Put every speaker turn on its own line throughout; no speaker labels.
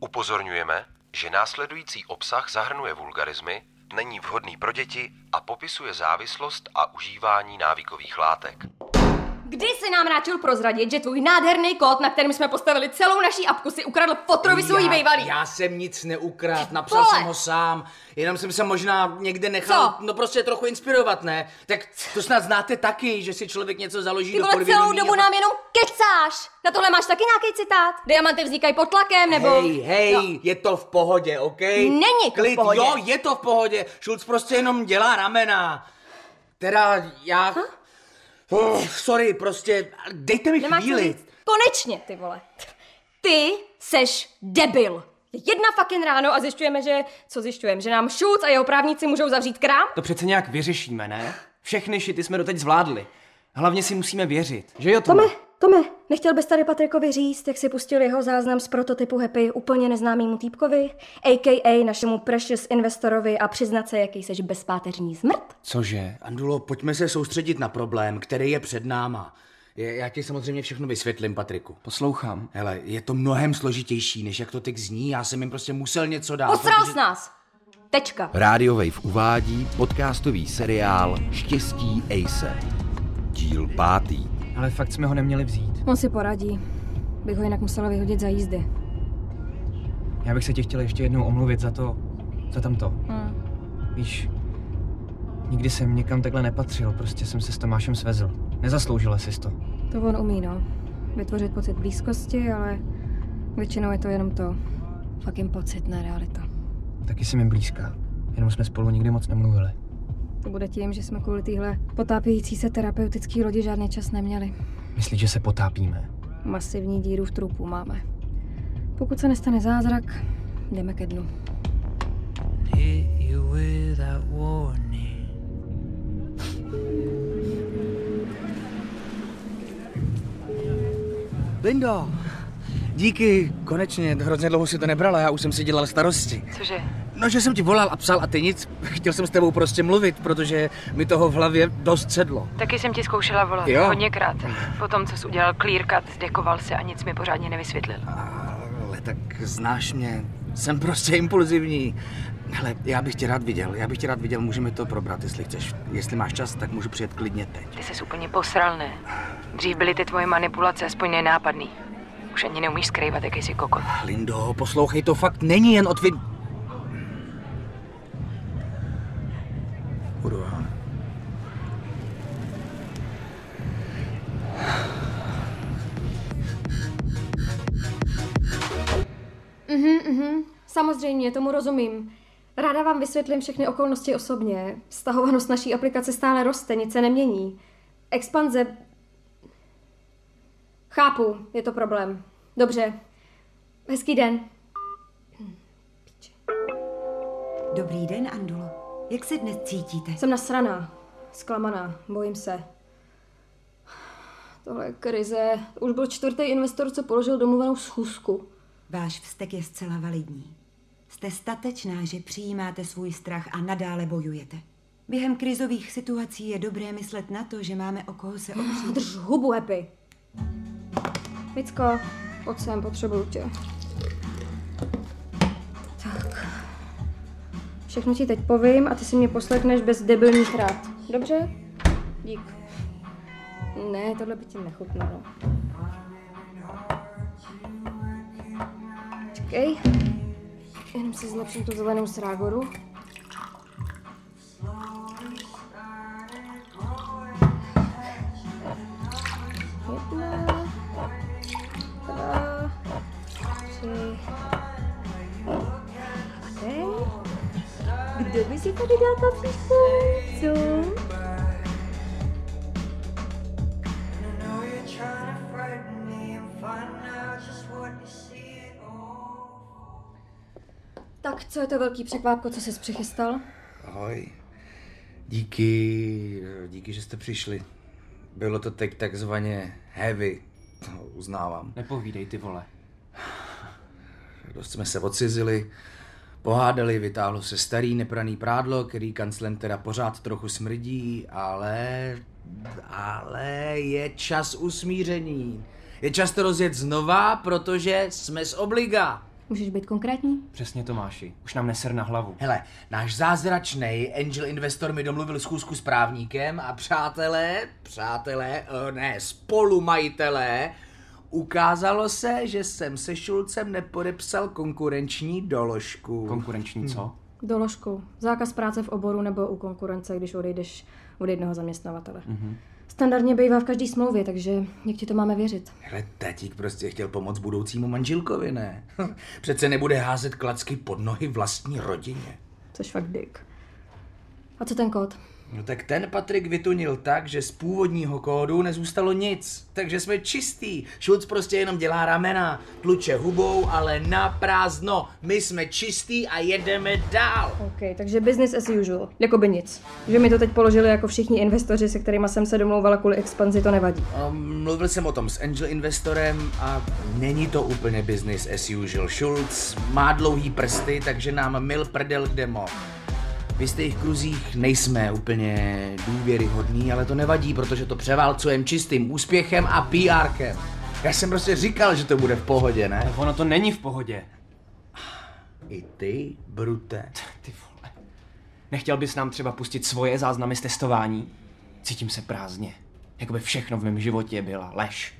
Upozorňujeme, že následující obsah zahrnuje vulgarizmy, není vhodný pro děti a popisuje závislost a užívání návykových látek.
Kdy se nám ráčil prozradit, že tvůj nádherný kód, na kterém jsme postavili celou naší apku, si ukradl Fotrovi svůj bejvalý?
Já jsem nic neukrát, napsal
Vole!
jsem ho sám, jenom jsem se možná někde nechal,
Co?
no prostě trochu inspirovat, ne? Tak to snad znáte taky, že si člověk něco založí
Ty
do
vole, celou
podvědomí.
dobu
a-
nám jenom kecáš! Na tohle máš taky nějaký citát? Diamanty vznikají pod tlakem, nebo...
Hej, hej,
No.
je to v pohodě, OK?
Není to v
Klid,
pohodě.
Jo, je to v pohodě. Šulc prostě jenom dělá ramena. Teda já... Uf, sorry, prostě, dejte mi
Nemáš co
chvíli.
říct? Konečně, ty vole. Ty seš debil. Je Jedna fucking ráno a zjišťujeme, že... Co zjišťujeme? Že nám Šulc a jeho právníci můžou zavřít krám?
To přece nějak vyřešíme, ne? Všechny šity jsme doteď zvládli. Hlavně si musíme věřit, že jo, Tome?
Tome, nechtěl bys tady Patrikovi říct, jak si pustil jeho záznam z prototypu Happy úplně neznámému týpkovi, a.k.a. našemu precious investorovi a přiznat se, jaký seš bezpáteřní zmrt?
Cože?
Andulo, pojďme se soustředit na problém, který je před náma. Je- Já ti samozřejmě všechno vysvětlím, Patriku.
Poslouchám.
Hele, je to mnohem složitější, než jak to teď zní. Já jsem jim prostě musel něco dát.
Posral
protože-
s nás! Tečka.
Radio Wave uvádí podcastový seriál Štěstí Ace. Díl pátý.
Ale fakt jsme ho neměli vzít.
On si poradí. Bych ho jinak musela vyhodit za jízdy.
Já bych se ti chtěl ještě jednou omluvit za to, za tamto. Hmm. Víš, nikdy jsem někam takhle nepatřil, prostě jsem se s Tomášem svezl. Nezasloužila jsi to.
To on umí, no. Vytvořit pocit blízkosti, ale většinou je to jenom to. Fucking pocit, ne realita.
Taky jsi mi blízká, jenom jsme spolu nikdy moc nemluvili.
To bude tím, že jsme kvůli téhle potápějící se terapeutický lodi žádný čas neměli.
Myslíš, že se potápíme?
Masivní díru v trupu máme. Pokud se nestane zázrak, jdeme ke dnu.
hit you without warning.
Lindo, díky, konečně, hrozně dlouho si to nebrala, já už jsem si dělal starosti.
Cože?
No, že jsem ti volal a psal a ty nic, chtěl jsem s tebou prostě mluvit, protože mi toho v hlavě dost sedlo.
Taky jsem ti zkoušela volat.
Jo.
Hodněkrát. Potom, co jsi udělal clear cut, zdekoval se a nic mi pořádně nevysvětlil.
Ale tak znáš mě, jsem prostě impulzivní. Hele, já bych tě rád viděl, já bych tě rád viděl, můžeme to probrat, jestli chceš. Jestli máš čas, tak můžu přijet klidně teď.
Ty jsi úplně posral, ne? Dřív byly ty tvoje manipulace aspoň nenápadný. Už ani neumíš skrývat, jaký jsi kokot.
Lindo, poslouchej, to fakt není jen o tvý... Kurva.
Samozřejmě, tomu rozumím. Ráda vám vysvětlím všechny okolnosti osobně. Stahovanost naší aplikace stále roste, nic se nemění. Expanze... Chápu, je to problém. Dobře. Hezký den.
Dobrý den, Andulo. Jak se dnes cítíte?
Jsem nasraná, zklamaná, bojím se. Tohle je krize. Už byl čtvrtý investor, co položil domluvenou schůzku.
Váš vztek je zcela validní. Jste statečná, že přijímáte svůj strach a nadále bojujete. Během krizových situací je dobré myslet na to, že máme o koho se opřít.
Drž hubu, Happy. Vicko, pojď sem, potřebuju tě. Tak. Všechno ti teď povím a ty si mě poslechneš bez debilních rád. Dobře? Dík. Ne, tohle by ti nechutnalo. Čekej. Jenom si zlepším tu zelenou srágoru. Jedna, dva, tři. Okay. Kdo by si tady dal kafičku? Co? Tak co je to velký překvápko, co jsi přichystal?
Ahoj. Díky, díky, že jste přišli. Bylo to teď takzvaně heavy, to uznávám.
Nepovídej ty vole.
Dost jsme se odcizili, pohádali, vytáhlo se starý nepraný prádlo, který kanclem teda pořád trochu smrdí, ale... ale je čas usmíření. Je čas to rozjet znova, protože jsme z obliga.
Můžeš být konkrétní?
Přesně Tomáši, už nám neser na hlavu.
Hele, náš zázračný angel investor mi domluvil schůzku s právníkem a přátelé, přátelé, eh, ne, spolumajitelé, ukázalo se, že jsem se Šulcem nepodepsal konkurenční doložku.
Konkurenční co?
Doložku. Zákaz práce v oboru nebo u konkurence, když odejdeš od jednoho zaměstnavatele. Mm-hmm. Standardně bývá v každé smlouvě, takže jak ti to máme věřit?
Hele, tatík prostě chtěl pomoct budoucímu manželkovi, ne? Přece nebude házet klacky pod nohy vlastní rodině.
Což fakt dik. A co ten kód?
No tak ten Patrik vytunil tak, že z původního kódu nezůstalo nic, takže jsme čistý. Šulc prostě jenom dělá ramena, tluče hubou, ale na prázdno. My jsme čistý a jedeme dál.
OK, takže business as usual. Jakoby nic. Že mi to teď položili jako všichni investoři, se kterými jsem se domlouvala kvůli expanzi, to nevadí.
Um, Mluvil jsem o tom s angel investorem a není to úplně business as usual. Schulz má dlouhý prsty, takže nám mil prdel kde mo. V jistých kruzích nejsme úplně důvěryhodní, ale to nevadí, protože to převálcujem čistým úspěchem a PRkem. Já jsem prostě říkal, že to bude v pohodě, ne?
Ono to není v pohodě.
I ty, brute.
Ty vole. Nechtěl bys nám třeba pustit svoje záznamy z testování? Cítím se prázdně. Jakoby všechno v mém životě byla lež.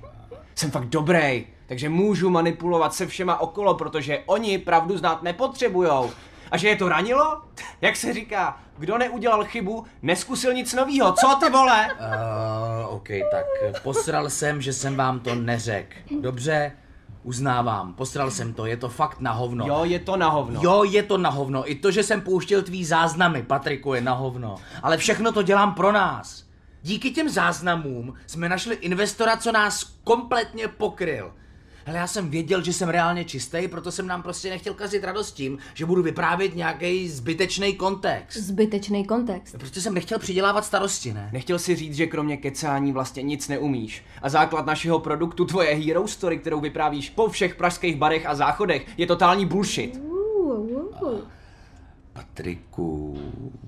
Jsem fakt dobrý, takže můžu manipulovat se všema okolo, protože oni pravdu znát nepotřebujou. A že je to ranilo? Jak se říká, kdo neudělal chybu, neskusil nic novýho. Co ty vole?
Uh, OK, tak posral jsem, že jsem vám to neřekl. Dobře, uznávám, posral jsem to, je to fakt na hovno.
Jo, je to na hovno.
No. Jo, je to na hovno. I to, že jsem pouštěl tvý záznamy, Patriku, je na hovno. Ale všechno to dělám pro nás. Díky těm záznamům jsme našli investora, co nás kompletně pokryl. Hele, já jsem věděl, že jsem reálně čistý, proto jsem nám prostě nechtěl kazit radost tím, že budu vyprávět nějaký zbytečný kontext.
Zbytečný kontext.
Prostě jsem nechtěl přidělávat starosti, ne?
Nechtěl si říct, že kromě kecání vlastně nic neumíš. A základ našeho produktu, tvoje hero story, kterou vyprávíš po všech pražských barech a záchodech, je totální bullshit.
Patriku,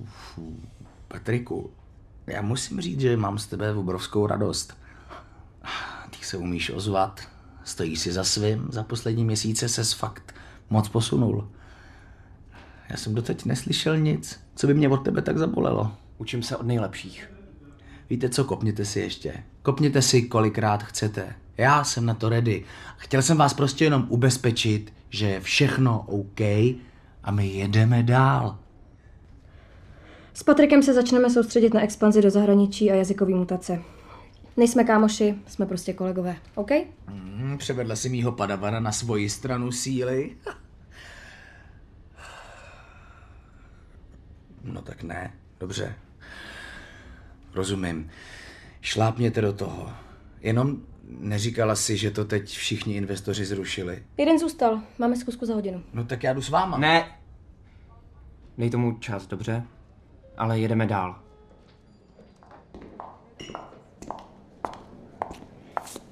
fů, Patriku, já musím říct, že mám z tebe obrovskou radost. Ty se umíš ozvat, stojíš si za svým, za poslední měsíce ses fakt moc posunul. Já jsem doteď neslyšel nic, co by mě od tebe tak zabolelo.
Učím se od nejlepších.
Víte co, kopněte si ještě. Kopněte si, kolikrát chcete. Já jsem na to ready. Chtěl jsem vás prostě jenom ubezpečit, že je všechno OK a my jedeme dál.
S Patrikem se začneme soustředit na expanzi do zahraničí a jazykový mutace. Nejsme kámoši, jsme prostě kolegové, OK?
Mm, převedla si mýho padavana na svoji stranu síly. No tak ne, dobře. Rozumím. Šlápněte do toho. Jenom neříkala si, že to teď všichni investoři zrušili.
Jeden zůstal, máme zkusku za hodinu.
No tak já jdu s váma.
Ne. Dej tomu čas, dobře? Ale jedeme dál.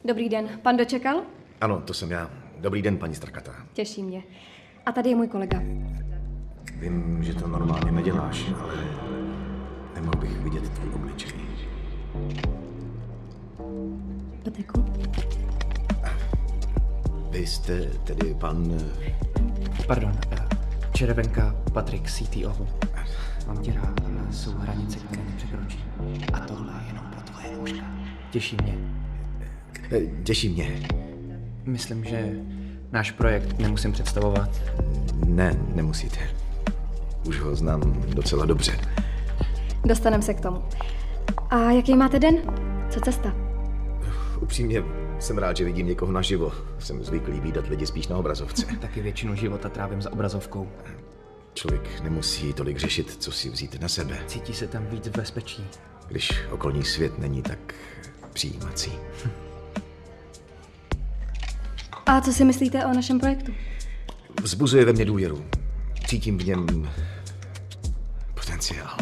Dobrý den, pan dočekal?
Ano, to jsem já. Dobrý den, paní Strakatá.
Těší mě. A tady je můj kolega.
Vím, že to normálně neděláš, ale nemohl bych vidět tvůj obličej.
Patriku?
Vy jste tedy pan... eh,
Pardon. eh, Červenka, Patrik, CTO. Mám tě rád, ale jsou hranice, které nepřekročí. A tohle je jenom pro tvoje uška. Těší mě.
eh, Těší mě.
Myslím, že náš projekt nemusím představovat.
Ne, nemusíte. Už ho znám docela dobře.
Dostaneme se k tomu. A jaký máte den? Co cesta?
Upřímně jsem rád, že vidím někoho naživo. Jsem zvyklý výdat lidi spíš na obrazovce.
Taky většinu života trávím za obrazovkou.
Člověk nemusí tolik řešit, co si vzít na sebe.
Cítí se tam víc v bezpečí.
když okolní svět není tak přijímací.
A co si myslíte o našem projektu?
Vzbuzuje ve mně důvěru. Cítím v něm potenciál.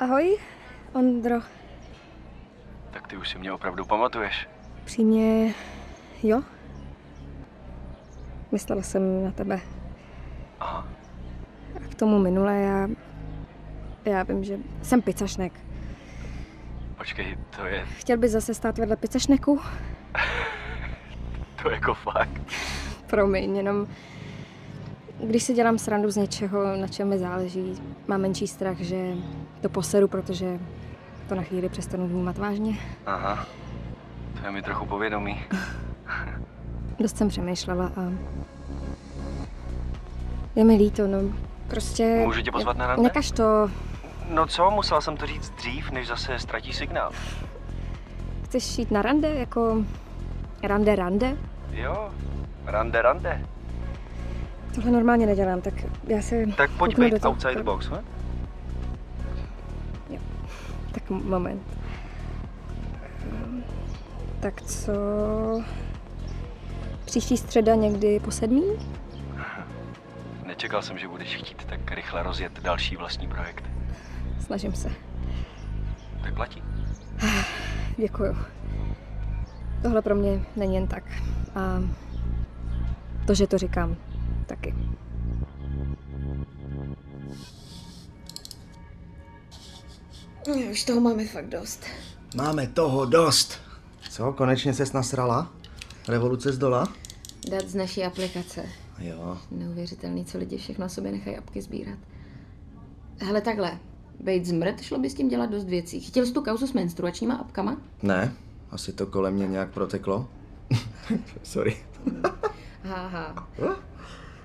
Ahoj, Ondro.
Tak ty už si mě opravdu pamatuješ.
Přímě, jo? Myslela jsem na tebe.
Aha.
A k tomu minule já... Já vím, že jsem picašnek.
Počkej, to je,
Chtěl bys zase stát vedle picašneku?
to je jako fakt.
Promiň, jenom když si dělám srandu z něčeho, na čem mi záleží, mám menší strach, že to poseru, protože to na chvíli přestanu vnímat vážně.
Aha. To je mi trochu povědomí.
Dost jsem přemýšlela a je mi líto, no prostě...
Můžu tě pozvat na rande?
Nekaž to,
No co, musel jsem to říct dřív, než zase ztratí signál.
chceš jít na rande, jako rande rande?
Jo, rande, rande.
Tohle normálně nedělám, tak já se...
Tak pojď
kouknu do
být
toho.
outside the box, ne?
Tak moment. Ehm, Tak co... Příští středa někdy po sedmí?
Nečekal jsem, že budeš chtít tak rychle rozjet další vlastní projekt.
Snažím se.
Tak platí.
Děkuju. Tohle pro mě není jen tak. A to, že to říkám, taky.
Už toho máme fakt dost.
Máme toho dost. Co, konečně ses nasrala? Revoluce z dola?
Dat z naší aplikace.
Jo.
Neuvěřitelný, co lidi všechno o sobě nechají apky sbírat. Hele, takhle. Bejt zmrt, šlo by s tím dělat dost věcí. Chtěl jsi tu kauzu s menstruačníma apkama?
Ne, asi to kolem mě nějak proteklo. Sorry.
Haha.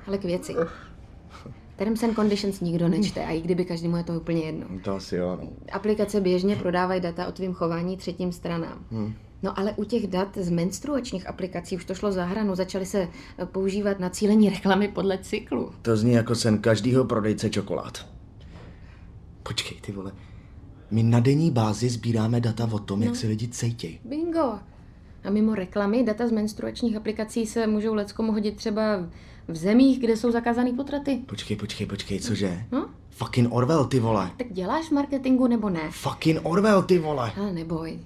Ale k věci. Terms and conditions nikdo nečte a i kdyby každému je to úplně jedno.
To asi jo, no.
Aplikace běžně prodávají data o tvém chování třetím stranám. Hmm. No ale u těch dat z menstruačních aplikací už to šlo za hranu, začaly se eh, používat na cílení reklamy podle cyklu.
To zní jako sen každýho prodejce čokolád. Počkej, ty vole. My na denní bázi sbíráme data o tom, no. jak se lidi cejtějí.
Bingo! A mimo reklamy, data z menstruačních aplikací se můžou leckomu hodit třeba v zemích, kde jsou zakázané potraty.
Počkej, počkej, počkej, cože?
No?
Fucking Orwell, ty vole.
Tak děláš v marketingu nebo ne?
Fucking Orwell, ty vole.
Ale neboj,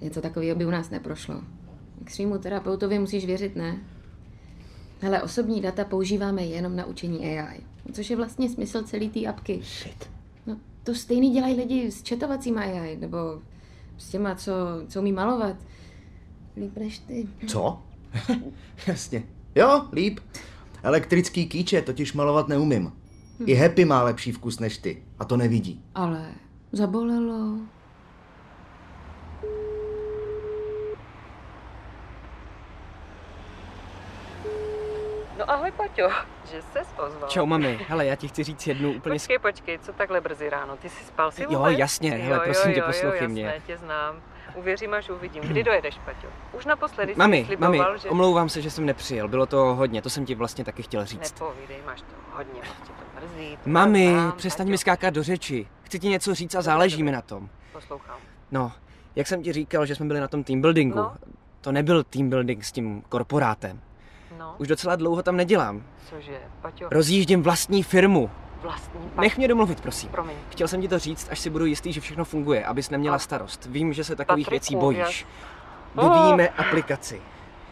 něco takového by u nás neprošlo. K svýmu terapeutovi musíš věřit, ne? Hele, osobní data používáme jenom na učení AI, což je vlastně smysl celé té apky.
Shit.
No, to stejný dělají lidi s četovacím AI, nebo s těma, co, co umí malovat. Líp než ty.
Co? Jasně. Jo, líp. Elektrický kýče totiž malovat neumím. I
Hm.
Happy má lepší vkus než ty. A to nevidí.
Ale zabolelo.
No ahoj, Paťo, že se ozval.
Čau, mami. Hele, já ti chci říct jednu úplně...
Počkej, počkej, co takhle brzy ráno? Ty jsi spal si
Jo,
vůbec?
jasně, hele, prosím tě, poslouchej
jo,
mě.
jasné, tě znám. Uvěřím, až uvidím. Kdy dojedeš, Paťo? Už naposledy jsi mi
Mami, mami,
sliboval, že...
omlouvám se, že jsem nepřijel. Bylo to hodně, to jsem ti vlastně taky chtěl říct.
Nepovídej, máš to hodně, moc tě to mrzí. to
Mami,
já znám,
přestaň
Paťo.
mi skákat do řeči. Chci ti něco říct a záleží mi na tom.
Poslouchám.
No, jak jsem ti říkal, že jsme byli na tom team buildingu.
No.
To nebyl team building s tím korporátem.
No,
Už docela dlouho tam nedělám.
cože, Paťo,
Rozjíždím vlastní firmu.
vlastní Paťo.
Nech mě domluvit, prosím.
Promiň.
Chtěl jsem ti to říct, až si budu jistý, že všechno funguje, abys neměla
A-
starost. Vím, že se takových
Patriku, Oh.
věcí bojíš.
já-
Vyvíjíme aplikaci.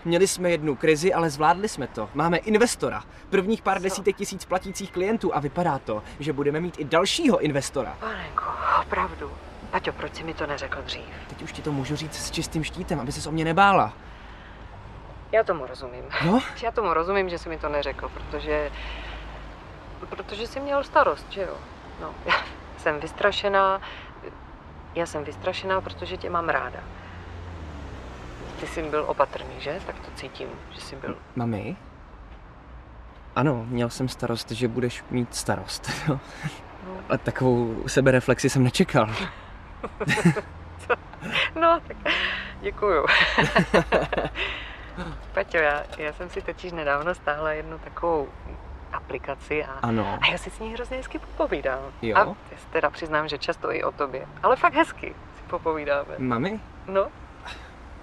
Měli jsme jednu krizi, ale zvládli jsme to. Máme investora. Prvních pár desítek tisíc platících klientů a vypadá to, že budeme mít i dalšího investora.
Panenko, opravdu. Paťo, proč jsi mi to neřekl dřív?
Teď už ti to můžu říct s čistým štítem, aby ses o mě nebála.
Já tomu rozumím.
Jo?
Já tomu rozumím, že jsi mi to neřekl, protože... Protože jsi měl starost, že jo? No, já jsem vystrašená. Já jsem vystrašená, protože tě mám ráda. Ty jsi byl opatrný, že? Tak to cítím, že jsi byl.
Mami? Ano, měl jsem starost, že budeš mít starost. No. A takovou sebereflexi jsem nečekal.
No, tak děkuju. Paťo, já, já jsem si totiž nedávno stáhla jednu takovou aplikaci a...
Ano.
A já si s ní hrozně hezky popovídám.
Jo?
A já si teda přiznám, že často i o tobě. Ale fakt hezky si popovídáme.
Mami,
No,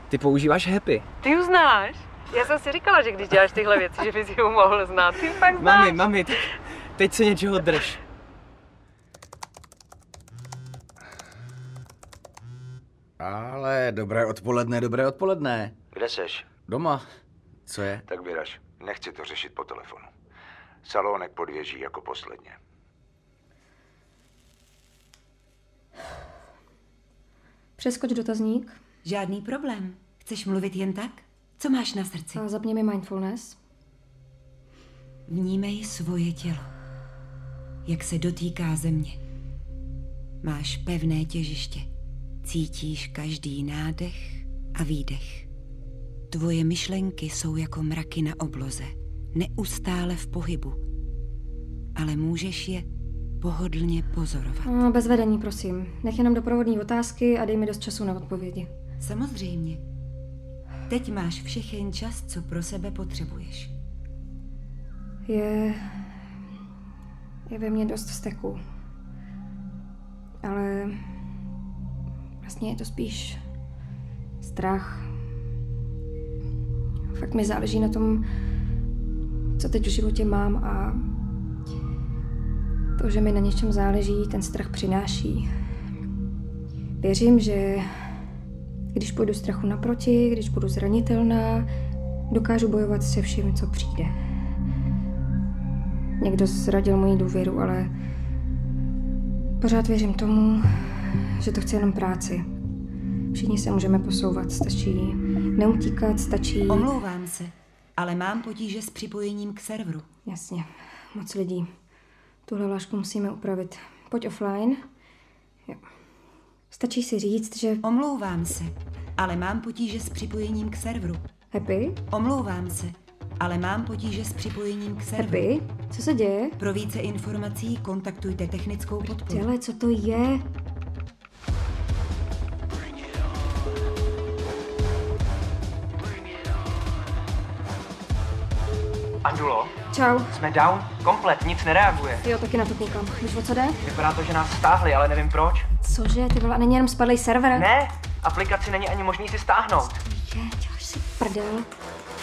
ty používáš happy.
ty ji znáš. Já jsem si říkala, že když děláš tyhle věci, že bys ji mohl znát. Ty ji fakt znáš.
Mami, mami, teď, teď se něčeho drž.
Ale dobré odpoledne, dobré odpoledne.
Kde seš?
Doma. Co je?
Tak vyraž. Nechci to řešit po telefonu. Salónek pod věží jako posledně.
Přeskoč dotazník.
Žádný problém. Chceš mluvit jen tak? Co máš na srdci?
A zapni mi mindfulness.
Vnímej svoje tělo. Jak se dotýká země. Máš pevné těžiště. Cítíš každý nádech a výdech. Tvoje myšlenky jsou jako mraky na obloze, neustále v pohybu. Ale můžeš je pohodlně pozorovat.
A bez vedení, prosím. Nech jenom doprovodní otázky a dej mi dost času na odpovědi.
Samozřejmě. Teď máš všechen čas, co pro sebe potřebuješ.
Je... Je ve mně dost vzteku. Ale... Vlastně je to spíš... Strach. Fakt mi záleží na tom, co teď v životě mám a... To, že mi na něčem záleží, ten strach přináší. Věřím, že když půjdu strachu naproti, když budu zranitelná, dokážu bojovat se vším, co přijde. Někdo zradil moji důvěru, ale pořád věřím tomu, že to chce jenom práci. Všichni se můžeme posouvat, stačí neutíkat, stačí...
Omlouvám se, ale mám potíže s připojením k serveru.
Jasně, moc lidí. Tuhle hlášku musíme upravit. Pojď offline. Jo. Stačí si říct, že...
Omlouvám se, ale mám potíže s připojením k serveru.
Happy?
Omlouvám se, ale mám potíže s připojením k serveru.
Happy? Co se děje?
Pro více informací kontaktujte technickou podporu.
Těle, co to je?
Andulo,
Čau.
jsme down, komplet, nic nereaguje.
Jo, taky na to koukám. Víš, o co jde?
Vypadá to, že nás stáhli, ale nevím proč.
Cože, ty vole, a není jenom spadlej server?
Ne, aplikaci není ani možný si stáhnout.
Je, děláš si prdel.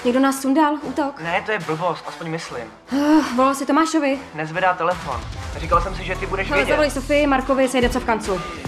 Někdo nás sundal, útok.
Ne, to je blbost, aspoň myslím.
Uh, volal si Tomášovi.
Nezvedá telefon. Říkal jsem si, že ty budeš
Hele,
vědět.
zavolej Sofii, Markovi, sejde co v kanclu.